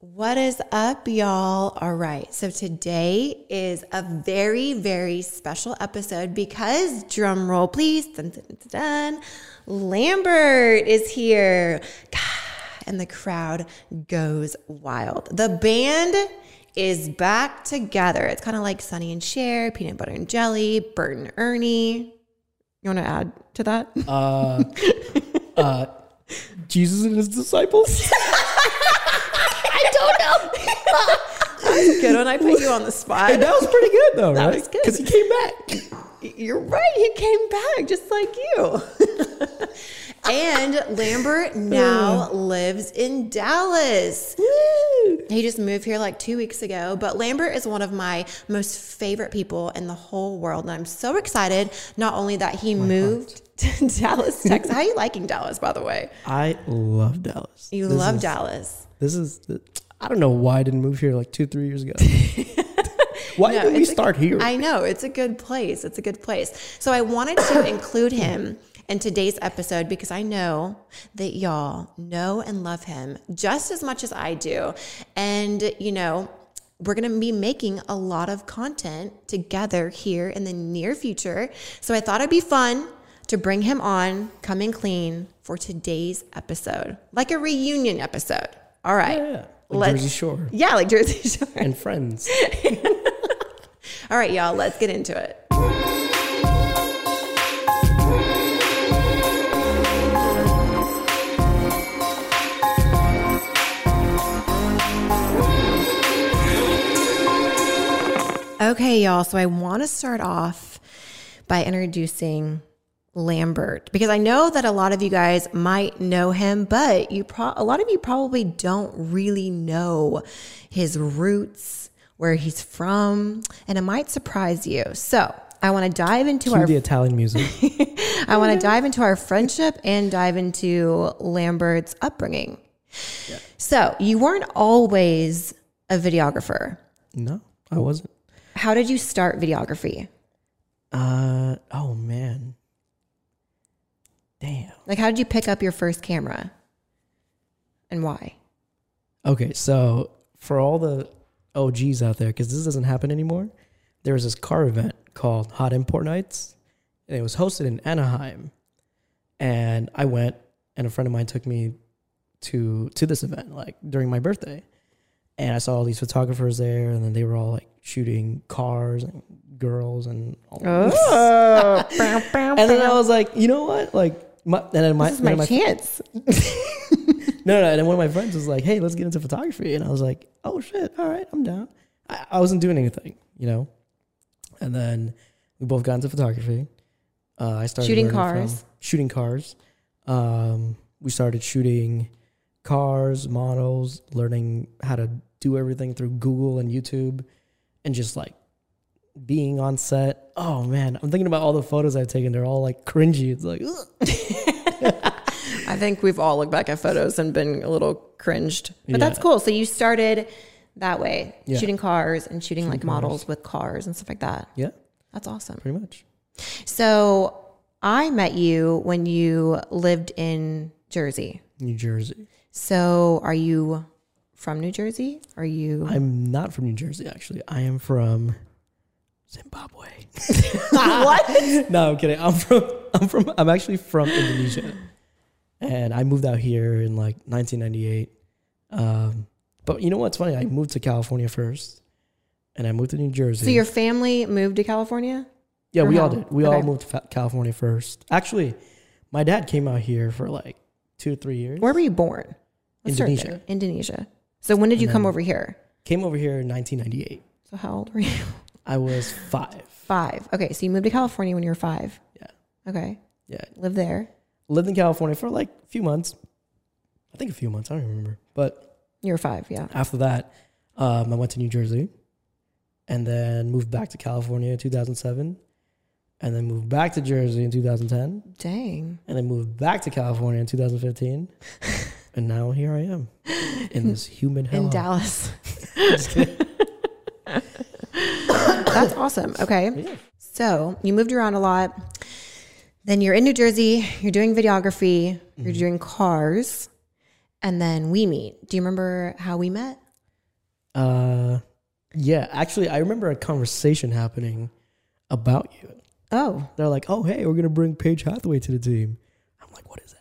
What is up, y'all? All right. So today is a very, very special episode because, drum roll, please, dun, dun, dun, dun, Lambert is here. And the crowd goes wild. The band is back together. It's kind of like Sunny and Cher, Peanut Butter and Jelly, Bert and Ernie. You want to add to that? Jesus and his disciples. I don't know. That's good when I put you on the spot. that was pretty good though, That right? was good. Because he came back. You're right. He came back just like you. and Lambert now lives in Dallas. He just moved here like two weeks ago. But Lambert is one of my most favorite people in the whole world. And I'm so excited not only that he moved to Dallas, Texas. How are you liking Dallas, by the way? I love Dallas. You This love is- Dallas. This is. I don't know why I didn't move here like two, three years ago. why No, did we it's a- start here? I know. It's a good place. It's a good place. So I wanted to include him in today's episode because I know that y'all know and love him just as much as I do. And, you know, we're going to be making a lot of content together here in the near future. So I thought it'd be fun to bring him on, coming clean for today's episode, like a reunion episode. All right. yeah, like Let's- Jersey Shore Yeah, like Jersey Shore. and friends. All right, y'all, let's get into it. Okay, y'all. So I want to start off by introducing Lambert because I know that a lot of you guys might know him, but you pro- a lot of you probably don't really know his roots, where he's from, and it might surprise you. So I want to dive into Do our the Italian music. I want to dive into our friendship and dive into Lambert's upbringing. So you weren't always a videographer. No, I wasn't. How did you start videography? Uh oh man. Damn. Like, how did you pick up your first camera and why? Okay, so for all the OGs out there, because this doesn't happen anymore, there was this car event called Hot Import Nights, and it was hosted in Anaheim. And I went, and a friend of mine took me to to this event, like during my birthday. And I saw all these photographers there, and then they were all like shooting cars and girls and all Oh, And then I was like, you know what? Like, my, and then my, this is one my, of my chance. no, no. And then one of my friends was like, "Hey, let's get into photography," and I was like, "Oh shit! All right, I'm down." I, I wasn't doing anything, you know. And then we both got into photography. Uh, I started Shooting learning from- cars. shooting cars. Um, we started shooting cars, models, learning how to do everything through Google and YouTube, and just like being on set. Oh man, I'm thinking about all the photos I've taken. They're all like cringy. It's like, ugh. I think we've all looked back at photos and been a little cringed, but that's Yeah. cool. So you started that way, Yeah. shooting cars and shooting, like models with cars and stuff like that. yeah, That's awesome. pretty much. So I met you when you lived in Jersey. New Jersey. So are you from New Jersey? Are you? I'm not from New Jersey, actually. I am from Zimbabwe. what? no, I'm kidding. I'm from I'm from I'm actually from Indonesia, and I moved out here in like 1998. Um, but you know what's funny? I moved to California first, and I moved to New Jersey. So your family moved to California? yeah, your we all home. did. We all Okay. moved to Fa- California first. Actually, my dad came out here for like two or three years. Where were you born? start Indonesia. there. Indonesia. So when did you come over here? Came over here in 1998. So how old were you? I was five. Five. Okay, so you moved to California when you were five. Yeah, Okay, yeah. lived there. lived in California for like a few months. I think a few months. I don't remember. But You were five, yeah. after that, um, I went to New Jersey, and then moved back to California in 2007, and then moved back to Jersey in 2010, Dang. and then moved back to California in 2015, and now here I am in this humid hell. In Dallas. That's awesome. Okay. Yeah. So you moved around a lot. Then you're in New Jersey, you're doing Mm-hmm. videography, you're doing cars, and then we meet. Do you remember how we met? Uh, yeah, actually, I remember a conversation happening about you. Oh. They're like, "Oh, hey, we're gonna bring Paige Hathaway to the team." I'm like, "What is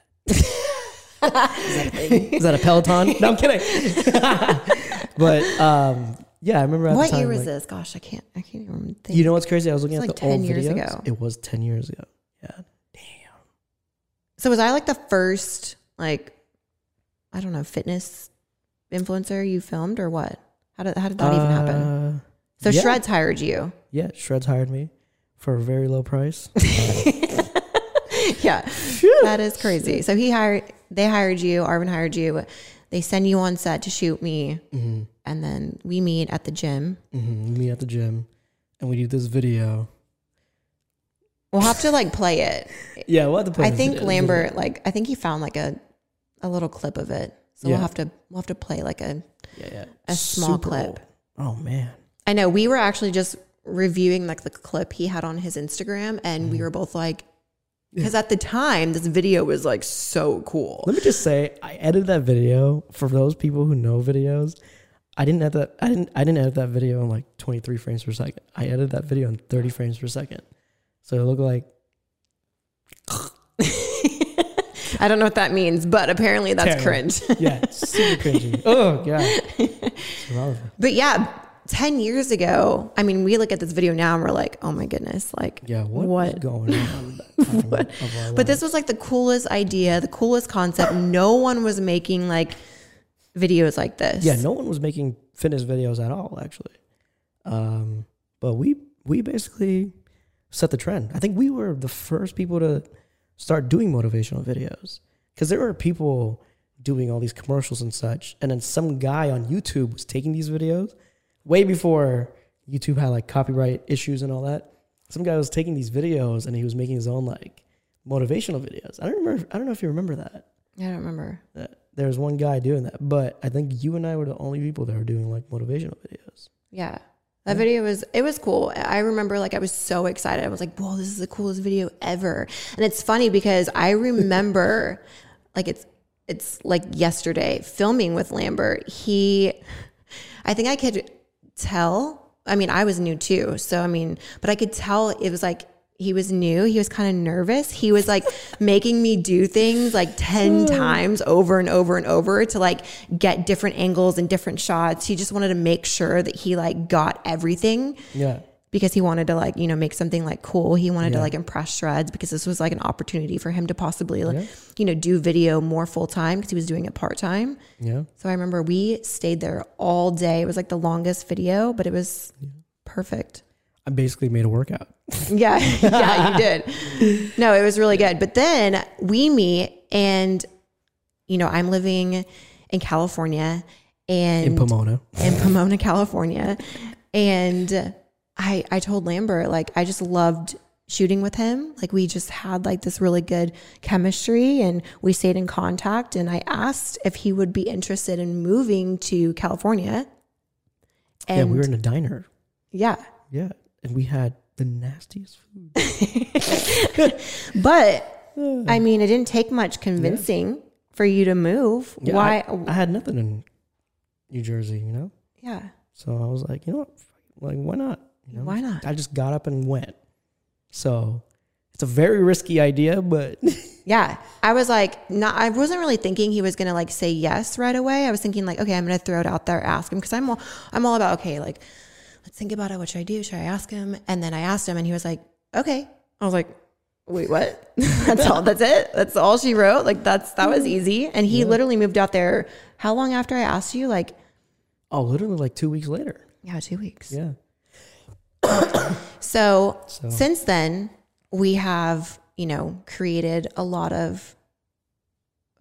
that? Is that a Peloton?" no, I'm kidding. but um, yeah, I remember at what the time. year was like, this? Gosh, I can't. I can't even think. You know what's crazy? I was looking It's at like the old 10 years videos. ago. It was ten years ago. Yeah, so was I like the first like, I don't know, fitness influencer you filmed or what? How did how did that even happen? Uh, So yeah. Shreds hired you. Uh, Yeah, Shreds hired me for a very low price. yeah, that is crazy. So he hired, they hired you. Arvin hired you. They send you on set to shoot me, and then we meet at the gym. hmm Mm-hmm. Me at the gym, and we do this video. We'll have to like play it. Yeah, we'll have to put I this- think this- Lambert, like I think he found like a a little clip of it. So Yeah. we'll have to we'll have to play like a. Yeah, yeah. a small Super clip. old. Oh man. I know we were actually just reviewing like the clip he had on his Instagram, and Mm-hmm. we were both like, because at the time this video was like so cool. Let me just say, I edited that video for those people who know videos. I didn't edit that. I didn't. I didn't edit that video in like 23 frames per second. I edited that video in 30 frames per second, so it looked like I don't know what that means, but apparently that's Terrible. cringe. yeah, super cringy. Oh god. It's irrelevant. But yeah, 10 years ago, I mean, we look at this video now and we're like, oh my goodness, like, Yeah, what, What? what? going on? at that time of our But lives? this was like the coolest idea, the coolest concept. No one was making like videos like this. yeah, no one was making fitness videos at all, actually. Um, but we we basically set the trend. I think we were the first people to start doing motivational videos because there were people doing all these commercials and such, and then some guy on YouTube was taking these videos way before YouTube had like copyright issues and all that. Some guy was taking these videos and he was making his own like motivational videos. I don't remember. I don't know if you remember that I don't remember. that there was one guy doing that, but I think you and I were the only people that were doing like motivational videos. Yeah. That video was it was cool. I remember like I was so excited. I was like, "Whoa, this is the coolest video ever." And it's funny because I remember like it's it's like yesterday filming with Lambert. He I think I could tell. I mean, I was new too. So I mean, but I could tell it was like he was new. He was kind of nervous. He was like making me do things like 10 times over and over and over to like get different angles and different shots. He just wanted to make sure that he like got everything Yeah. because he wanted to like, you know, make something like cool. He wanted to Yeah. like impress Shreds because this was like an opportunity for him to possibly like, you know, do video more full time because he was doing it part time. Yeah. So I remember we stayed there all day. It was like the longest video, but it was perfect. I basically made a workout. Yeah, yeah, you did. No, it was really good. But then we meet, and you know, I'm living in California, and In Pomona. in Pomona, California. And I I told Lambert like I just loved shooting with him. Like we just had like this really good chemistry and we stayed in contact and I asked if he would be interested in moving to California. And yeah, we were in a diner. yeah. Yeah. And we had the nastiest food. But I mean, it didn't take much convincing for you to move. Yeah, Why I, I had nothing in New Jersey, you know? yeah. So I was like, you know what? Fuck it. Like, why not? You know? Why not? I just got up and went. So it's a very risky idea, but Yeah. I was like, not, I wasn't really thinking he was going to like say yes right away. I was thinking like, okay, I'm going to throw it out there, ask him. Cause I'm all, I'm all about, okay, like let's think about it. What should I do? Should I ask him? And then I asked him and he was like, okay. I was like, wait, what? that's all. That's it. That's all she wrote. Like that's, that was easy. And he literally moved out there. How long after I asked you? Like, oh, literally like two weeks later. yeah, two weeks. Yeah. So, So- since then, we have you know created a lot of,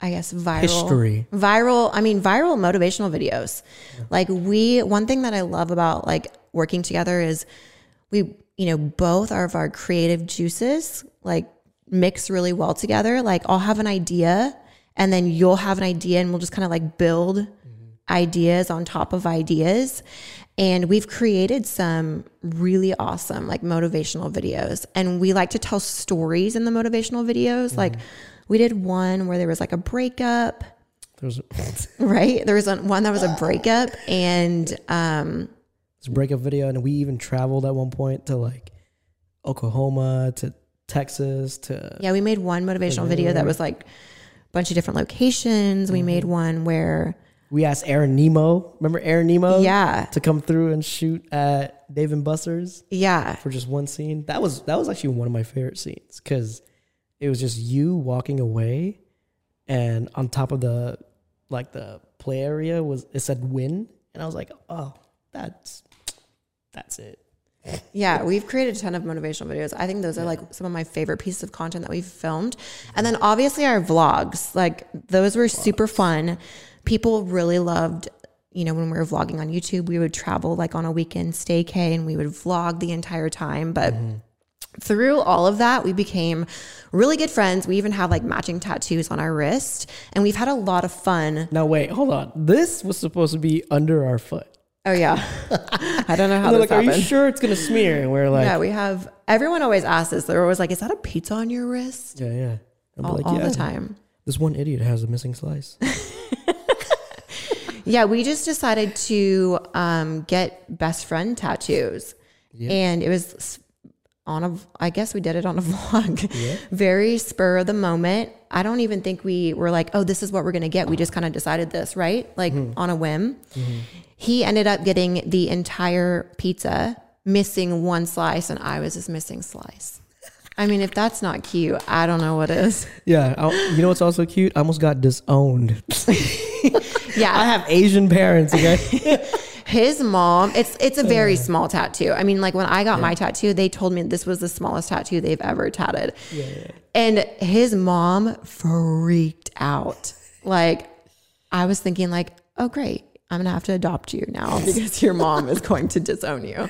I guess, viral History. Viral, I mean, viral motivational videos. Like we, one thing that I love about like working together is we, you know, both are of our creative juices like mix really well together. Like I'll have an idea, and then you'll have an idea, and we'll just kind of like build ideas on top of ideas. And we've created some really awesome, like motivational videos. And we like to tell stories in the motivational videos. Like, we did one where there was like a breakup. There's this right? There was a- one that was a breakup, and um, breakup video, and we even traveled at one point to like Oklahoma, to Texas, to yeah, we made one motivational video that was like a bunch of different locations. We made one where, we asked Aaron Nemo. Remember Aaron Nemo? yeah, To come through and shoot at Dave and Buster's yeah, for just one scene. That was that was actually one of my favorite scenes because it was just you walking away, and on top of the like the play area was it said win, and I was like, oh, that's that's it. yeah. We've created a ton of motivational videos. I think those are like some of my favorite pieces of content that we've filmed. And then obviously our vlogs, like those were super fun. People really loved. You know, when we were vlogging on YouTube, we would travel like on a weekend staycay and we would vlog the entire time. But Mm-hmm. through all of that, we became really good friends. We even have like matching tattoos on our wrist, and we've had a lot of fun. Now wait, hold on. This was supposed to be under our foot. Oh yeah, I don't know how And this they're like, are you happened. sure it's gonna smear? And we're like, Yeah, we have. Everyone always asks this. They're always like, "Is that a pizza on your wrist?" yeah, yeah. I'm All, like, all yeah. the time. This one idiot has a missing slice. Yeah, we just decided to um, get best friend tattoos, and it was s- on a. I guess we did it on a vlog, very spur of the moment. I don't even think we were like, "Oh, this is what we're gonna get." We just kind of decided this, right? Like on a whim. He ended up getting the entire pizza, missing one slice, and I was just missing slice. I mean, if that's not cute, I don't know what is. yeah. I, you know what's also cute? I almost got disowned. Yeah, I have Asian parents. Okay. His mom, it's it's a very small tattoo. I mean, like when I got my tattoo, they told me this was the smallest tattoo they've ever tatted. And his mom freaked out. Like I was thinking, like, oh great, I'm gonna have to adopt you now because your mom is going to disown you.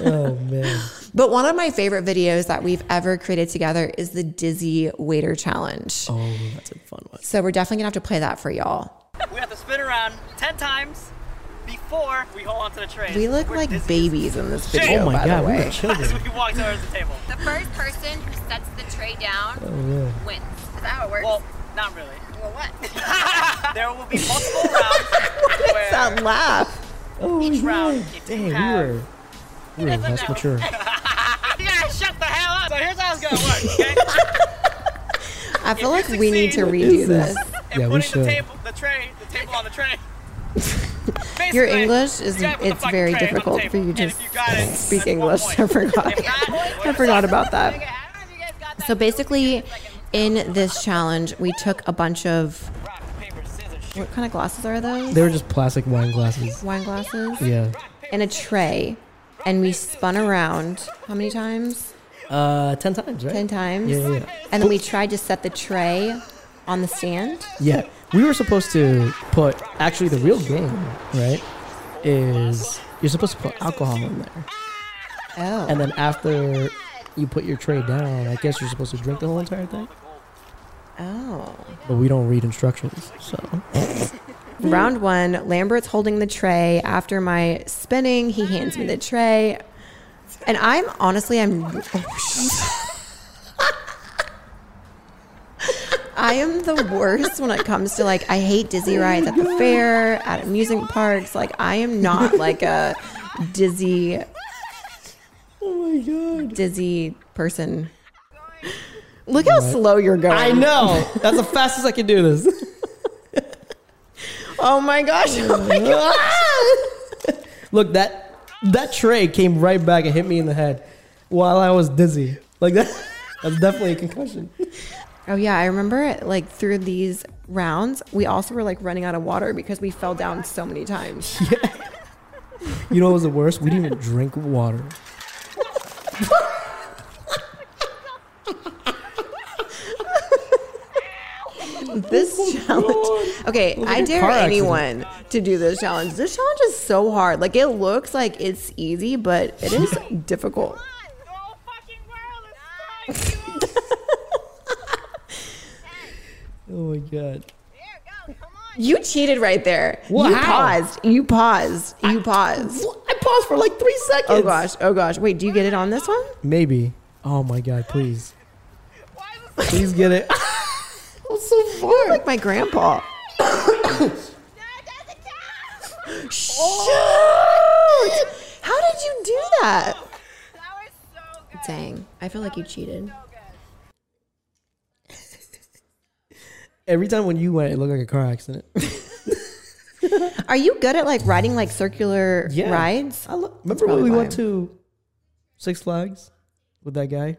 oh man. But one of my favorite videos that we've ever created together is the Dizzy Waiter Challenge. Oh, that's a fun one. So we're definitely gonna have to play that for y'all. We have to spin around 10 times before we hold onto the train. We look We're like dizzy babies in this Shame. video. Oh my by god, the way. we were as children. we walk towards the table. The first person who sets the tray down wins. Is that how it works? Well, not really. Well, what? There will be multiple rounds where That laugh. Oh each round, yeah. if Dang, you we have- were we were less mature. you guys shut the hell up. So here's how it's gonna work, okay? I feel like If you we need to succeed- redo this. And Yeah, we putting the should. table, the tray, the table on the tray. Basically, Your English is you gotta put the it's fucking very tray on the difficult table. for you And to if you got it, speak that's one English. point. I forgot. If not, I we're forgot about okay, that. I don't know if you guys got that. So basically, in this challenge, we took a bunch of Rock, paper, scissors, shoot. what kind of glasses are those? They were just plastic wine glasses. Wine glasses Yeah. and a tray, and we spun around how many times? Uh, ten times, right? Ten times. Yeah, yeah. And then we tried to set the tray on the stand. Yeah, we were supposed to put actually the real game, right? Is you're supposed to put alcohol in there, Oh, and then after you put your tray down, I guess you're supposed to drink the whole entire thing. oh. But we don't read instructions, so Round one, Lambert's holding the tray. After my spinning, he hands me the tray. And I'm honestly, I'm. Oh, shit. I am the worst when it comes to like, I hate dizzy rides at the fair, at amusement parks. Like, I am not like a dizzy, oh my god, dizzy person. Look how slow you're going. I know that's the fastest I can do this. Oh my gosh. Oh my God. Look, that that tray came right back and hit me in the head while I was dizzy. Like that, that's definitely a concussion. Oh yeah, I remember it, like through these rounds, we also were like running out of water because we fell down so many times. You know what was the worst? We didn't even drink water. Oh This challenge. Okay, I your dare car accident. anyone to do this challenge. This challenge is so hard. Like it looks like it's easy, but it is difficult. Oh my god. You cheated right there. What? You How? paused. You paused. You paused. I paused for like three seconds. Oh gosh. Oh gosh. Wait, do you get it on this one? Maybe. Oh my god, please. Please get it. I'm so You're far. like my grandpa. Shoot! How did you do that? That was so good. Dang, I feel like you cheated. So good. Every time when you went, it looked like a car accident. Are you good at like riding like circular rides? I lo- remember when probably we why. went to Six Flags with that guy?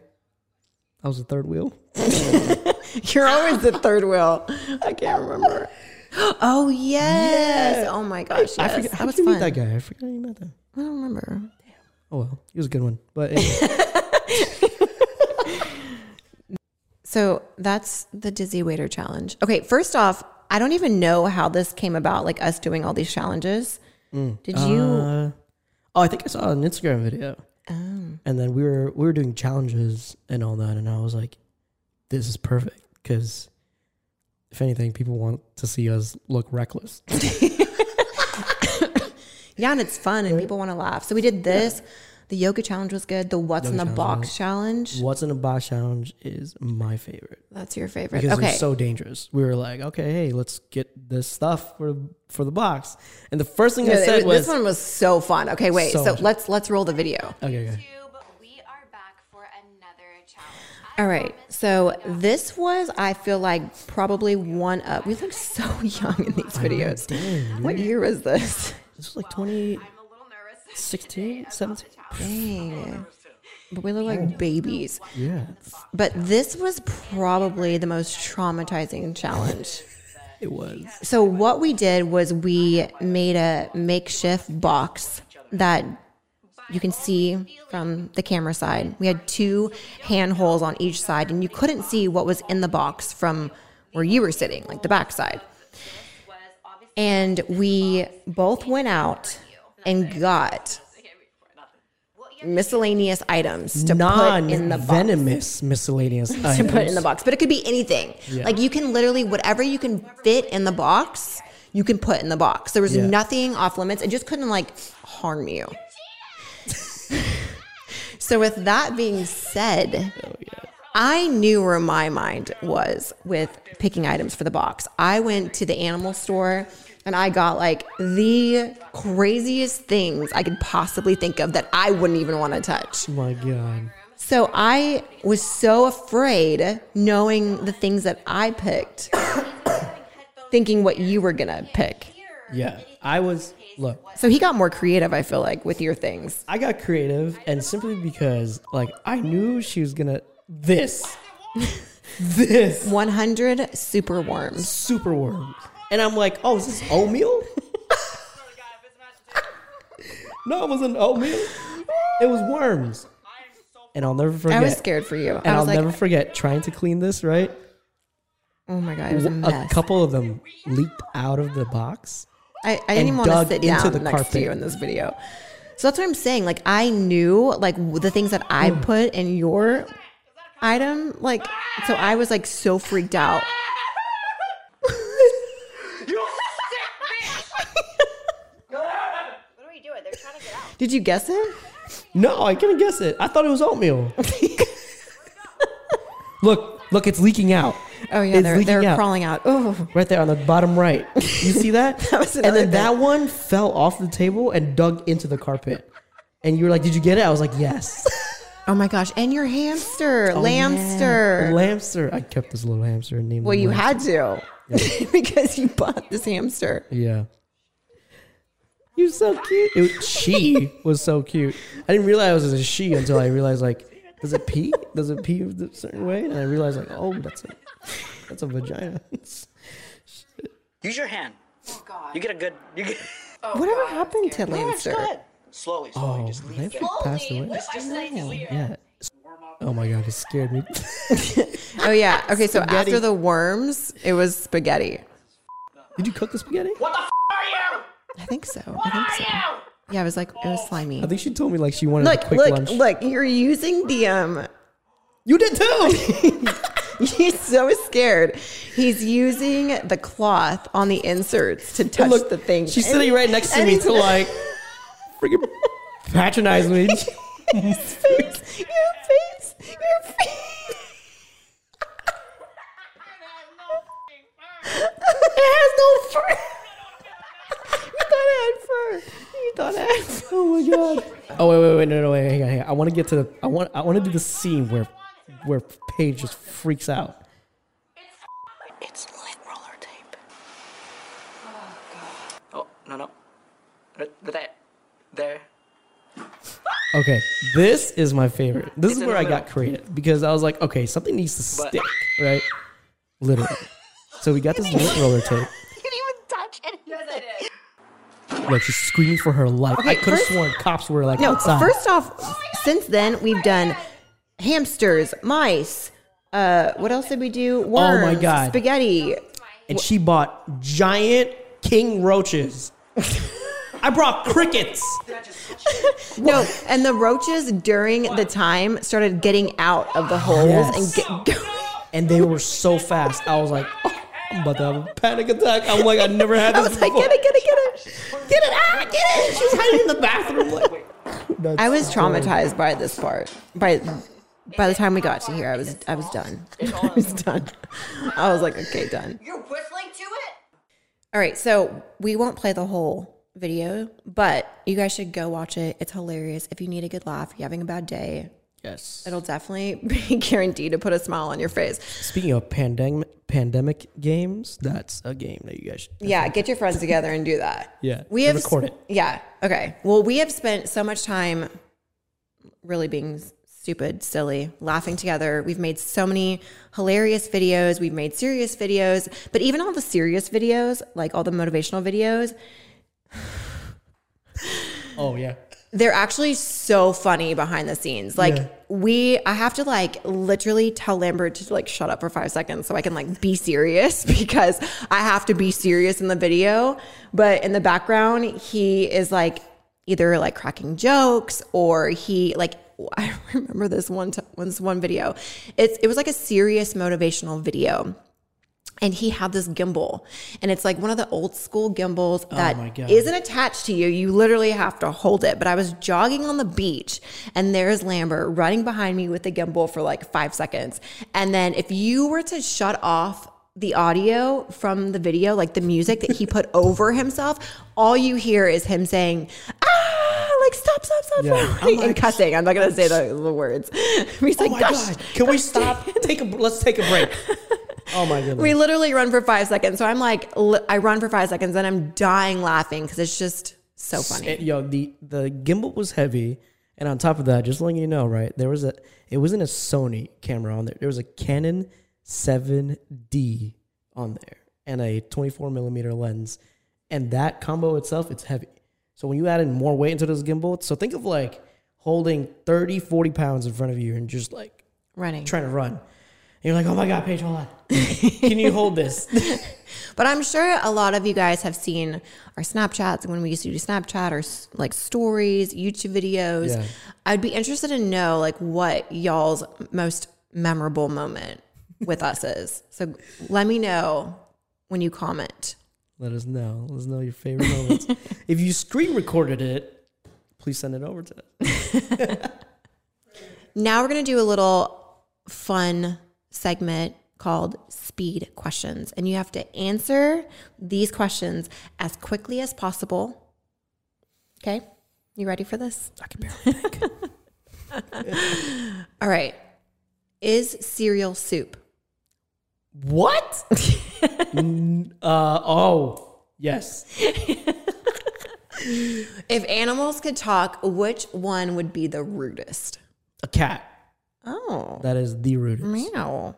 I was the third wheel. You're always the third wheel. I can't remember. Oh yes! Oh my gosh! Yes. I forget. that How was did you fun. meet that guy? I forgot how you met him. I don't remember. Oh well, he was a good one. But anyway. So that's the dizzy waiter challenge. Okay, first off, I don't even know how this came about. Like us doing all these challenges. Did you? Uh, oh, I think I saw an Instagram video. And then we were we were doing challenges and all that, and I was like, "This is perfect because if anything, people want to see us look reckless." Yeah, and it's fun and people want to laugh. So we did this. The yoga challenge was good. The what's in the box challenge. What's in a box challenge is my favorite That's your favorite. because okay. it's so dangerous. We were like, "Okay, hey, let's get this stuff for for the box," and the first thing No, I it- said was, this one was so fun. Okay, wait. So So, much- let's let's roll the video. "Okay, okay. YouTube, we are back for another challenge. I All right. promise So this was I feel like probably one of we look so young in these videos. what year was this? this was like 2016, I'm a little nervous. 17. Dang. But we look like babies. Yeah, But this was probably the most traumatizing challenge. it was. So what we did was we made a makeshift box that you can see from the camera side. We had two handholds on each side, and you couldn't see what was in the box from where you were sitting, like the back side. And we both went out and got miscellaneous items to put in the box non-venomous miscellaneous to put in items. the box, but it could be anything. Like you can literally whatever you can fit in the box, you can put in the box. There was Yeah. nothing off limits. It just couldn't like harm you. so with that being said, I knew where my mind was with picking items for the box. I went to the animal store and I got like the craziest things I could possibly think of that I wouldn't even want to touch. Oh my god! So I was so afraid knowing the things that I picked, thinking what you were gonna pick. Yeah, I was. Look, So he got more creative, I feel like, with your things. I got creative, and simply because like I knew she was gonna this, this 100 super worms. super worm, and I'm like, oh, is this oatmeal? no, it wasn't oatmeal. It was worms, and I'll never forget. I was scared for you. And I I'll was like, never forget trying to clean this right. oh my God, it was a A mess. couple of them leaked out of the box. I, I didn't and even want to dug sit into down the next to carpet. you in this video. So that's what I'm saying. Like, I knew, like, w- the things that I put in your item. Like, so I was, like, so freaked out. What are we doing? They're trying to get out. Did you guess it? No, I couldn't guess it. I thought it was oatmeal. look, look, it's leaking out Oh yeah, It's they're, leaking they're out. crawling out. Oh, right there on the bottom right. You see that? That was and then another that one fell off the table and dug into the carpet. And you were like, "Did you get it?" I was like, "Yes." oh my gosh! And your hamster, lamster. Oh, Lamster. I kept this little hamster and named. well, him you Lam- had to because you bought this hamster. Yeah. You're so cute. It was- she was so cute. I didn't realize it was a she until I realized like, does it pee? Does it pee a certain way? And I realized like, oh, that's a that's a vagina. Use your hand. Oh God. You get a good. You get. Whatever happened to lamster? Slowly, slowly. Oh, Just leave Lamster passed away. Just Yeah. Oh my god, it scared me. Oh yeah. Okay, so Spaghetti. after the worms, it was spaghetti. Did you cook the spaghetti? I think so. I think so. Yeah, it was like it was slimy. I think she told me like she wanted a Look, quick look, lunch. look! You're using the um. You did too. He's so scared. He's using the cloth on the inserts to touch look, the thing. She's And- sitting right next to and me he's- to like freaking patronize me. face, your face, your face. has no fur. you thought it had fur. You thought it had fur. Oh my god. Oh wait, wait, wait, no, no, wait, hang on, hang on. I want to get to the. I want. I want to do the scene where, where Paige just freaks out. It's lint roller tape. Oh, no, no. Right There. There. Okay, this is my favorite. This It's is in where the I got middle. creative because I was like, okay, something needs to But- stick, right? Literally. So we got this lint roller tape. You didn't even touch anything. Like she's screaming for her life. I could have first- sworn cops were like No, outside. first off, since then we've done hamsters, mice. Uh, what else did we do? Oh my Worms, God. Spaghetti. and she bought giant king roaches. I brought crickets. No, and the roaches during the time started getting out of the holes Yes. and get, and they were so fast. I was like, oh, I'm about to have a panic attack. I'm like, I never had I this was like, before. get it, get it, get it, get it, ah, get it. She's hiding in the bathroom. Like, I was traumatized by this part. By by the time we got to here, I was I was done. I was done. I was like, okay, done. You're whistling to it? All right, so we won't play the whole video, but you guys should go watch it. It's hilarious. If you need a good laugh, you're having a bad day, Yes. it'll definitely be guaranteed to put a smile on your face. Speaking of pandemic pandemic games, that's a game that you guys should. Yeah, get your friends together and do that. Yeah, we and have record it. Yeah, okay. Well, we have spent so much time really being stupid, silly, laughing together. We've made so many hilarious videos. We've made serious videos, but even all the serious videos, like all the motivational videos, Oh yeah. they're actually so funny behind the scenes. Like Yeah. we, I have to like literally tell Lambert to like shut up for five seconds so I can like be serious because I have to be serious in the video. But in the background, he is like either like cracking jokes or he like I remember this one t- this one video. It's it was like a serious motivational video. And he had this gimbal, and it's like one of the old school gimbals that Oh my God. isn't attached to you. You literally have to hold it. But I was jogging on the beach, and there's Lambert running behind me with the gimbal for like five seconds. And then if you were to shut off the audio from the video, like the music that he put over himself, all you hear is him saying, ah, like stop, stop, stop, Yeah. stop," I'm and like, cussing. I'm not gonna say the, the words. He's Oh like, my gosh, god. Can we stop? Take a let's take a break. Oh my goodness. we literally run for five seconds. So I'm like, li- I run for five seconds and I'm dying laughing because it's just so funny. And, yo, the the gimbal was heavy, and on top of that, just letting you know, right? There was a it wasn't a Sony camera on there. There was a Canon 7D on there and a 24 millimeter lens, and that combo itself, it's heavy. So when you add in more weight into this gimbal, so think of like holding 30, 40 pounds in front of you and just like Running. trying to run. And you're like, oh my god, Paige, hold on. Can you hold this? But I'm sure a lot of you guys have seen our Snapchats when we used to do Snapchat or s- like stories, YouTube videos. Yeah. I'd be interested to know like what y'all's most memorable moment with us is. So let me know when you comment. Let us know. Let us know your favorite moments. if you screen recorded it, please send it over to us. Now we're going to do a little fun segment called speed questions and you have to answer these questions as quickly as possible. Okay? You ready for this? I can barely think. All right. Is cereal soup? what? N- uh, oh, yes. If animals could talk, which one would be the rudest? A cat. Oh, That is the rudest. meow.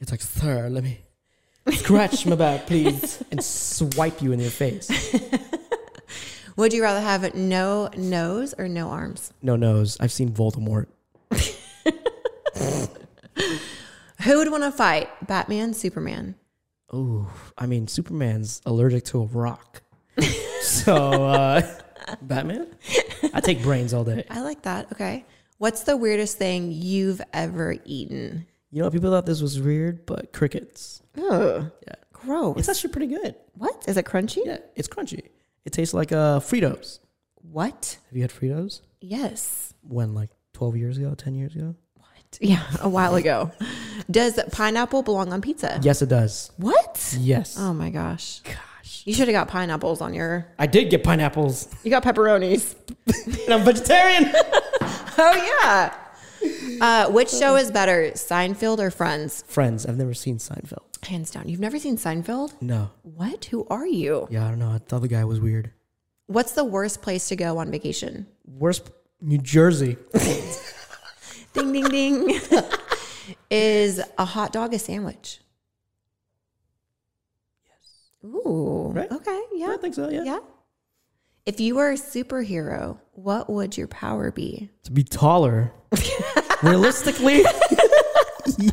It's like, sir, let me scratch my back, please, and swipe you in your face. Would you rather have no nose or no arms? No nose. I've seen Voldemort. Who would want to fight? Batman, Superman. Ooh, I mean, Superman's allergic to a rock. so, uh, Batman? I take brains all day. I like that. Okay. What's the weirdest thing you've ever eaten? You know, people thought this was weird, but crickets. Oh, Yeah. gross. It's actually pretty good. what? Is it crunchy? Yeah, it's crunchy. It tastes like uh, Fritos. What? Have you had Fritos? Yes. When, like 12 years ago, 10 years ago? yeah, a while ago. Does pineapple belong on pizza? Yes, it does. What? Yes. Oh my gosh. gosh. You should have got pineapples on your. I did get pineapples, You got pepperonis. and I'm vegetarian. Oh yeah. Uh, which show is better, Seinfeld or Friends? Friends. I've never seen Seinfeld. Hands down. You've never seen Seinfeld? No. What? Who are you? Yeah, I don't know. I thought the guy was weird. What's the worst place to go on vacation? Worst. New Jersey. Ding ding ding. is a hot dog a sandwich? Yes. Ooh. Right? Okay. Yeah. I think so. Yeah. Yeah. If you were a superhero, what would your power be? To be taller. Realistically. Yeah.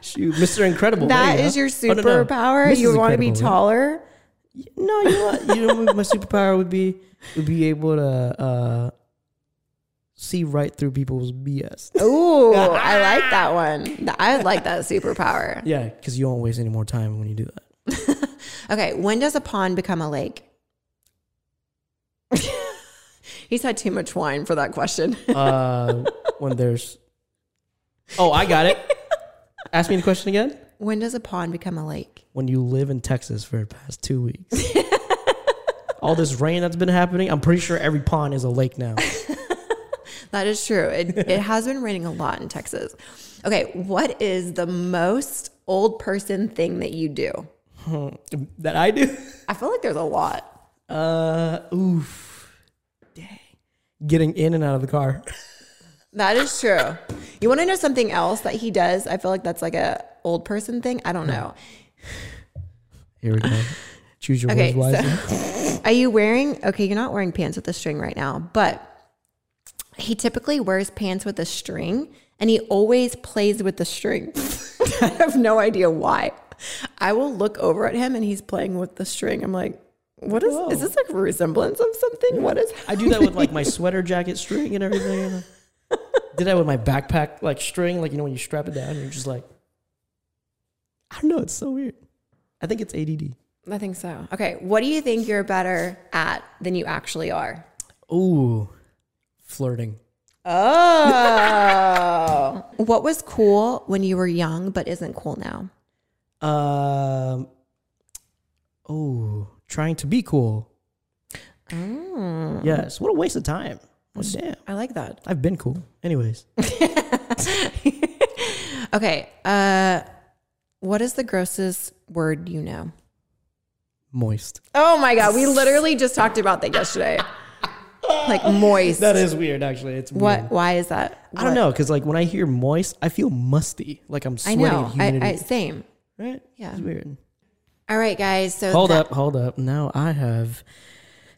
Shoot, Mr. Incredible. That there you is go. your Oh, no, no. superpower. Mrs. You want to be Incredible, yeah. taller? No, you know what? You know what my superpower would be? Would be able to uh, see right through people's BS. Ooh, I like that one. I like that superpower. Yeah, because you don't waste any more time when you do that. Okay, when does a pond become a lake? He's had too much wine for that question. Uh, when there's. Oh, I got it. Ask me the question again. when does a pond become a lake? When you live in Texas for the past two weeks, all this rain that's been happening, I'm pretty sure every pond is a lake now. That is true. It, it has been raining a lot in Texas. Okay, what is the most old person thing that you do? that I do. I feel like there's a lot. Uh, oof. Dang. Getting in and out of the car. That is true. You want to know something else that he does? I feel like that's like a old person thing. I don't know. Here we go. Choose your Okay, words so- wisely. Are you wearing? Okay, you're not wearing pants with a string right now, but he typically wears pants with a string and he always plays with the string. I have no idea why. I will look over at him and he's playing with the string. I'm like, what is Whoa. is this like a resemblance of something? What is I do that with like my sweater jacket string and everything. and I Did that with my backpack like string, like you know when you strap it down, and you're just like, I don't know, it's so weird. I think it's ADD. I think so. Okay, what do you think you're better at than you actually are? Ooh, flirting. Oh. what was cool when you were young but isn't cool now? Um, oh, trying to be cool. Mm. Yes, what a waste of time. Well, damn, I like that. I've been cool. Anyways, Okay. Uh, what is the grossest word you know? moist. Oh my God. We literally just talked about that yesterday. Like moist. That is weird, actually. It's what? weird. Why is that? I don't know, cause like when I hear moist, I feel musty, like I'm I sweating. know. I, humidity. I, same. Right? Yeah. It's weird. All right, guys. So Hold that- up, hold up. Now I have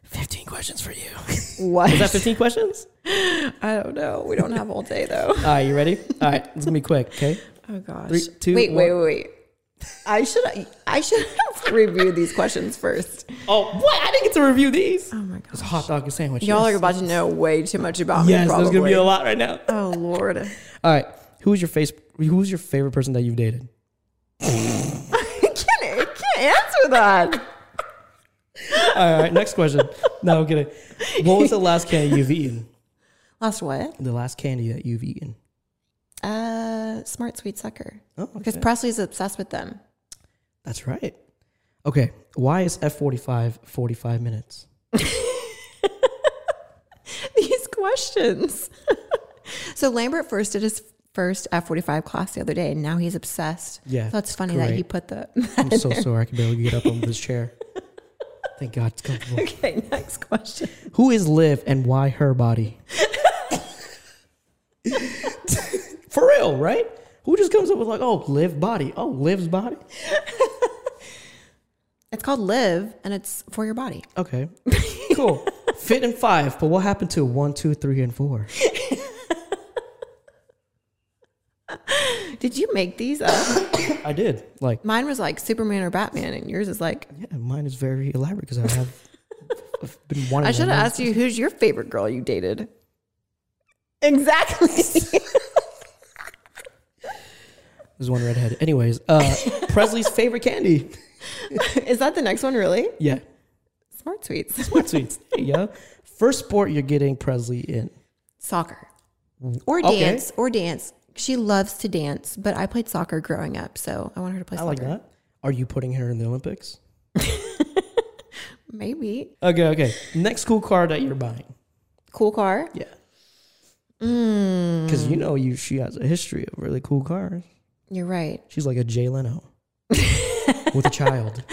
15 questions for you. Is What? that 15 questions? I don't know. We don't have all day though. All right, you ready? All right, it's gonna be quick, okay? Oh gosh. Three, two, wait, wait, one. wait, wait. I should. I should have reviewed these questions first. Oh, what? I didn't get to review these. Oh my gosh. It's a hot dog and sandwich. Y'all yes. are about to know way too much about me. Yes, there's gonna be probably. a lot right now. Oh lord. All right, who's your face? Who's your favorite person that you've dated? I can't, I can't answer that. All right, next question. No, I'm kidding. What was the last candy you've eaten? Last what? The last candy that you've eaten. Uh, Smart Sweet Sucker. Oh, Because okay. Presley's obsessed with them. That's right. Okay, why is F45 45 minutes? These questions. so Lambert first did his first F45 class the other day, and now he's obsessed. Yeah, So it's funny that great. he put the. I'm so sorry. I can barely get up on this chair. Thank God it's comfortable. okay, next question. Who is Liv and why her body? For real, right? Who just comes up with like, oh, Liv body. Oh, Liv's body? It's called Live, and it's for your body. Okay. Cool. Fit and five, but what happened to one, two, three, and four? Did you make these up? I did. Mm. Like, Mine was like Superman or Batman, and yours is like. yeah, mine is very elaborate because I have I've been wanting I to should have know. asked you who's your favorite girl you dated. Exactly. There's one redhead. Anyways, uh, Presley's favorite candy. is that the next one? Really? Yeah. Smart Sweets. Smart sweets. There you go. First sport you're getting Presley in. Soccer. or Okay. dance or dance. She loves to dance, but I played soccer growing up, so I want her to play I soccer. like that. Are you putting her in the Olympics? Maybe Okay, okay. Next cool car that you're buying. cool car. Yeah. Hmm. Because you know you she has a history of really cool cars. You're right. She's like a Jay Leno with a child.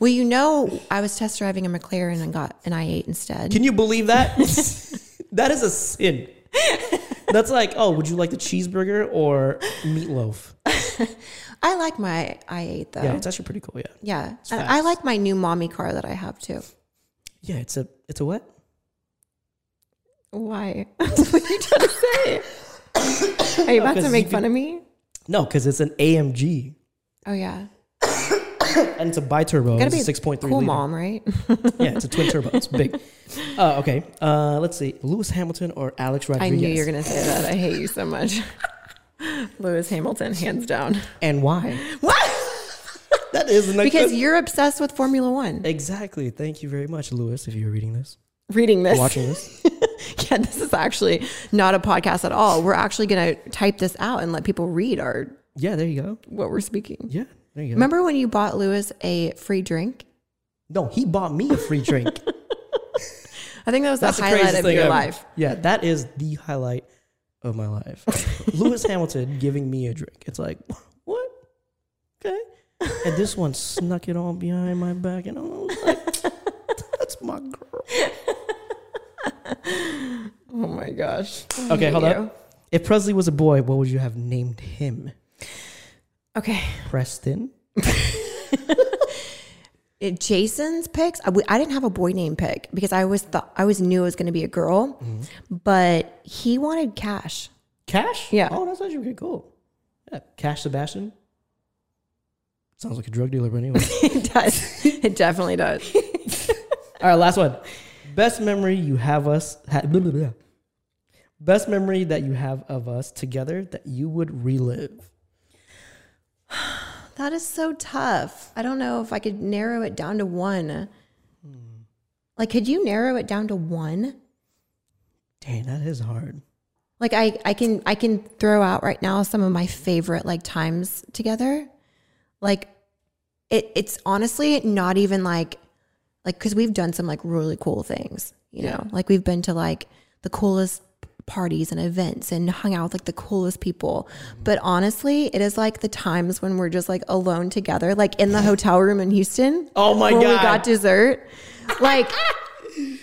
Well, you know, I was test driving a McLaren and got an i8 instead. Can you believe that? that is a sin. That's like, oh, would you like the cheeseburger or meatloaf? I like my i8 though. Yeah, Yeah, it's actually pretty cool. Yeah, and fast. I like my new mommy car that I have too. yeah, it's a it's a what? Why? That's what you just say. Are you about to Oh, 'cause make you fun of me? No, because it's an AMG Oh yeah, and it's a bi-turbo. gotta It's be six point three cool liter. mom, right? Yeah, it's a twin turbo. It's big. Uh, okay, uh, let's see, Lewis Hamilton or Alex I Rodriguez? knew you were gonna say that. I hate you so much. Lewis Hamilton, hands down. And why? What? That is the next Because question. you're obsessed with Formula One. exactly. Thank you very much, Lewis. If you're reading this, Reading this, watching this, yeah, this is actually not a podcast at all. We're actually gonna type this out and let people read our yeah, there you go. what we're speaking. Yeah, there you go. Remember when you bought Lewis a free drink? No, he bought me a free drink. I think that was That's the the highlight craziest of thing your ever. life. Yeah, that is the highlight of my life. Lewis Hamilton giving me a drink. It's like, what? Okay. And this one snuck it all behind my back, and I was like, that's my girl. Oh my gosh. Okay, hold you. up. If Presley was a boy, what would you have named him? Okay. Preston? it- Jason's picks. I, w- I didn't have a boy name pick because I always thought I always knew it was going to be a girl, Mm-hmm. but he wanted cash. Cash? Yeah. Oh, that's actually pretty cool. Yeah. Cash Sebastian? Sounds like a drug dealer, but anyway. it does. It definitely does. All right, last one. Best memory you have us. Ha, blah, blah, blah. Best memory that you have of us together that you would relive. that is so tough. I don't know if I could narrow it down to one. Like, could you narrow it down to one? Dang, that is hard. Like, I I can I can throw out right now some of my favorite like times together. Like, it it's honestly not even like like because we've done some like really cool things you know like we've been to like the coolest parties and events and hung out with like the coolest people but honestly it is like the times when we're just like alone together like in the hotel room in houston Oh my when we God. got dessert like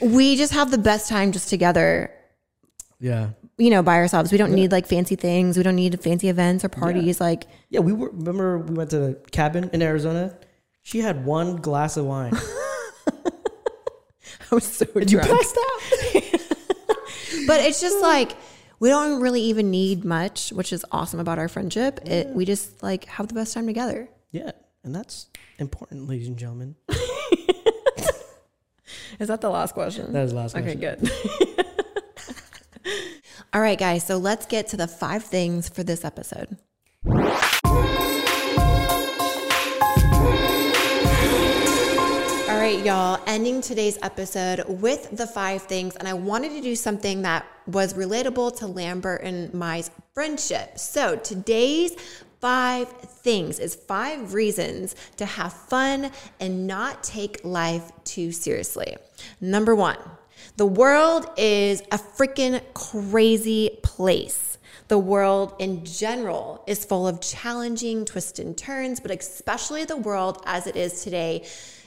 we just have the best time just together Yeah. you know by ourselves we don't need like fancy things we don't need fancy events or parties like Yeah, we were. Remember, we went to the cabin in Arizona? She had one glass of wine. i was so Did you passed out? But it's just like we don't really even need much, which is awesome about our friendship. It we just like have the best time together. yeah, and that's important, ladies and gentlemen. Is that the last question? That is the last Okay, question. good. All right, guys. So let's get to the five things for this episode. All right, y'all, ending today's episode with the five things. And I wanted to do something that was relatable to Lambert and Mai's friendship. So today's five things is five reasons to have fun and not take life too seriously. Number one, the world is a freaking crazy place. The world in general is full of challenging twists and turns, but especially the world as it is today.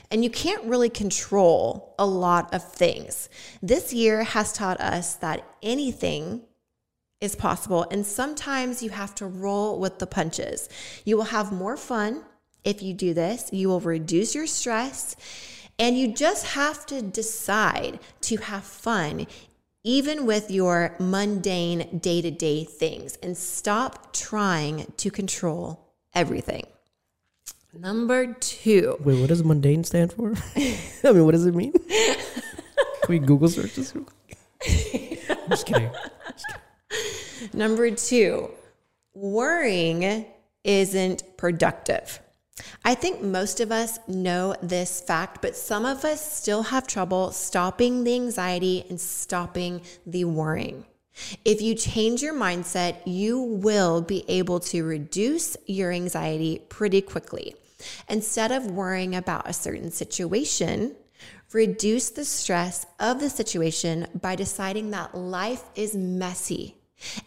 And you can't really control a lot of things. This year has taught us that anything is possible. And sometimes you have to roll with the punches. You will have more fun if you do this, you will reduce your stress, and you just have to decide to have fun. Even with your mundane day to day things, and stop trying to control everything. Number two, Wait, what does mundane stand for? I mean, what does it mean? Can we Google search this? real quick? I'm just kidding. Number two, worrying isn't productive. I think most of us know this fact, but some of us still have trouble stopping the anxiety and stopping the worrying. If you change your mindset, you will be able to reduce your anxiety pretty quickly. Instead of worrying about a certain situation, reduce the stress of the situation by deciding that life is messy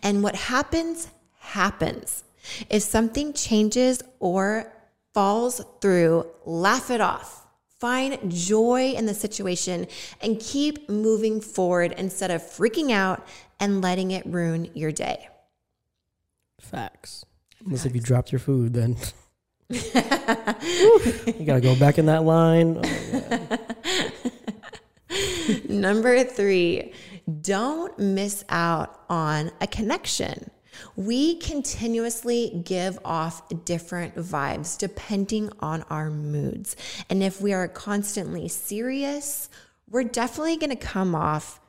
and what happens, happens. If something changes or falls through, laugh it off. Find joy in the situation and keep moving forward instead of freaking out and letting it ruin your day. Facts. Unless if you dropped your food, then you gotta go back in that line. Oh, Number three, don't miss out on a connection. We continuously give off different vibes depending on our moods. And if we are constantly serious, we're definitely going to come off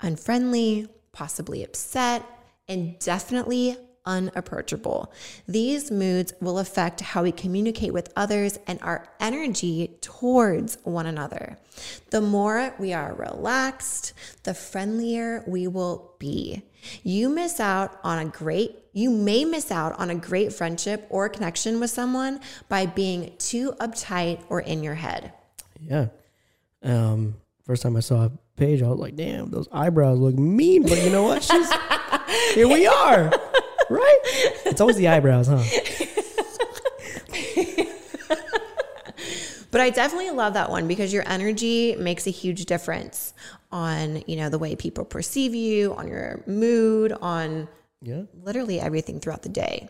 unfriendly, possibly upset, and definitely unapproachable. These moods will affect how we communicate with others and our energy towards one another. The more we are relaxed, the friendlier we will be. You miss out on a great you may miss out on a great friendship or connection with someone by being too uptight or in your head. yeah. Um, first time I saw Paige, I was like, damn, those eyebrows look mean, but you know what? She's here we are. Right? It's always the eyebrows, huh? But I definitely love that one because your energy makes a huge difference on, you know, the way people perceive you, on your mood, on Yeah. literally everything throughout the day.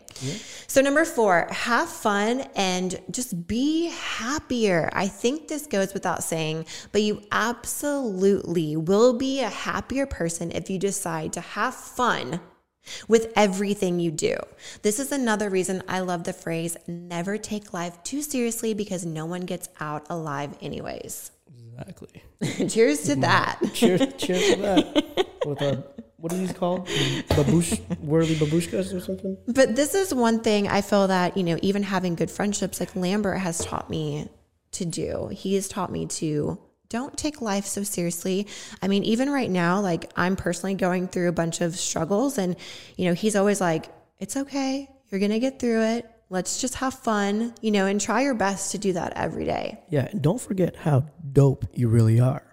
So, number four, have fun and just be happier. I think this goes without saying, but you absolutely will be a happier person if you decide to have fun. With everything you do. This is another reason I love the phrase never take life too seriously because no one gets out alive, anyways. Exactly. Cheers to that. Cheers, cheers to that. With a, what are these called? Babush, whirly babushkas or something? But this is one thing I feel that, you know, even having good friendships, like Lambert has taught me to do. He has taught me to don't take life so seriously. I mean, even right now, like I'm personally going through a bunch of struggles, and, you know, he's always like, it's okay. You're going to get through it. Let's just have fun, you know, and try your best to do that every day. Yeah, and don't forget how dope you really are.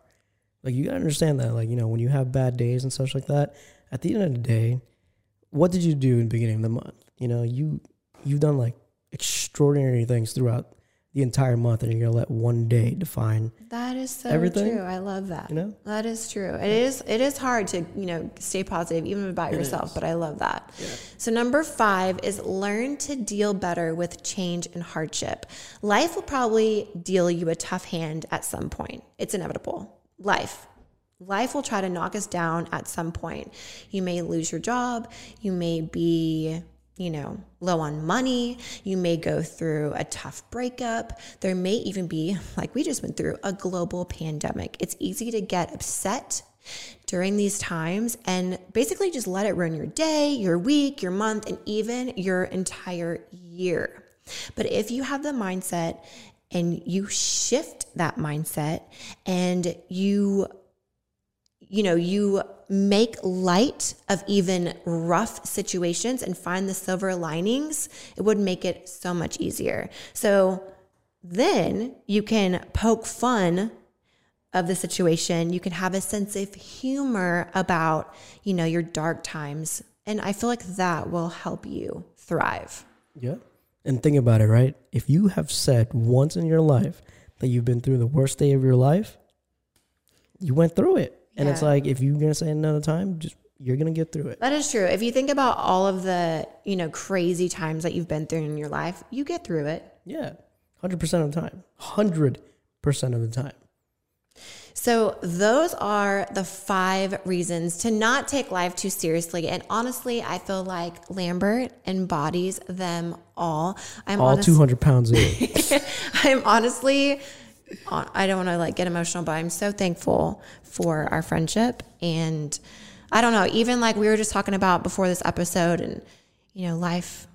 Like you gotta understand that, like, you know, when you have bad days and such like that, at the end of the day, what did you do in the beginning of the month? You know, you you've done like extraordinary things throughout the entire month and you're gonna let one day define That is so Everything, true. I love that. you know? That is true. It is it is hard to, you know, stay positive even about yourself, but I love that. So number 5 is learn to deal better with change and hardship. Life will probably deal you a tough hand at some point. It's inevitable. Life Life will try to knock us down at some point. You may lose your job. You may be, you know, low on money. You may go through a tough breakup. There may even be, like we just went through, a global pandemic. It's easy to get upset during these times and basically just let it ruin your day, your week, your month, and even your entire year. But if you have the mindset and you shift that mindset and you you know, you make light of even rough situations and find the silver linings, it would make it so much easier. So then you can poke fun of the situation. You can have a sense of humor about, you know, your dark times. And I feel like that will help you thrive. Yeah. And think about it, right? If you have said once in your life that you've been through the worst day of your life, you went through it. And it's Yeah. like if you're gonna say it another time, just you're gonna get through it. That is true. If you think about all of the, you know, crazy times that you've been through in your life, you get through it. Yeah, hundred percent of the time. Hundred percent of the time. So, those are the five reasons to not take life too seriously. And honestly, I feel like Lambert embodies them all. I'm All honest- two hundred pounds of it. I'm honestly, hon- I don't want to like get emotional, but I'm so thankful for our friendship. And I don't know, even like we were just talking about before this episode, and you know, life,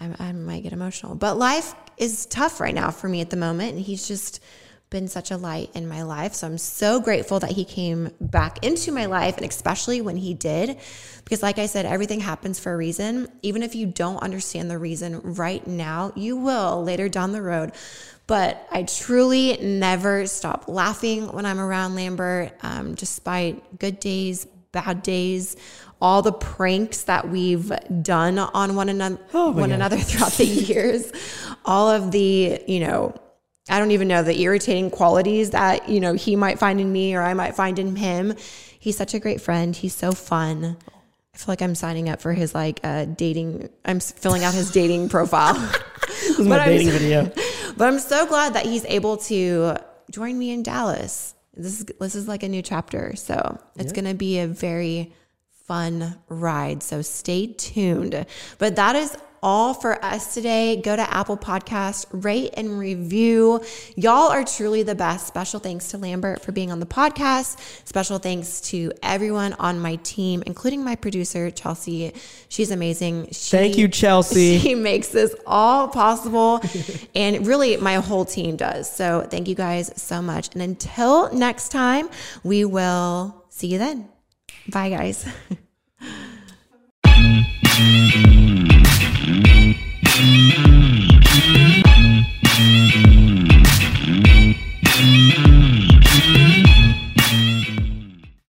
I, I might get emotional, but life is tough right now for me at the moment. And he's just been such a light in my life. So I'm so grateful that he came back into my life and especially when he did. Because, like I said, everything happens for a reason. Even if you don't understand the reason right now, you will later down the road. But I truly never stop laughing when I'm around Lambert, um, despite good days, bad days, all the pranks that we've done on one another, Oh, my one God. another throughout the years, all of the you know, I don't even know the irritating qualities that you know he might find in me or I might find in him. He's such a great friend. He's so fun. I feel like I'm signing up for his like uh, dating. I'm s- filling out his dating profile. This is my But I'm- dating video. But I'm so glad that he's able to join me in Dallas. This is this is like a new chapter. So it's gonna be a very fun ride. So stay tuned. But that is all for us today. Go to Apple Podcast, rate and review. Y'all are truly the best. Special thanks to Lambert for being on the podcast. Special thanks to everyone on my team, including my producer, Chelsea. She's amazing. She, Thank you, Chelsea. She makes this all possible. and really, my whole team does. So thank you guys so much. And until next time, we will see you then. Bye, guys.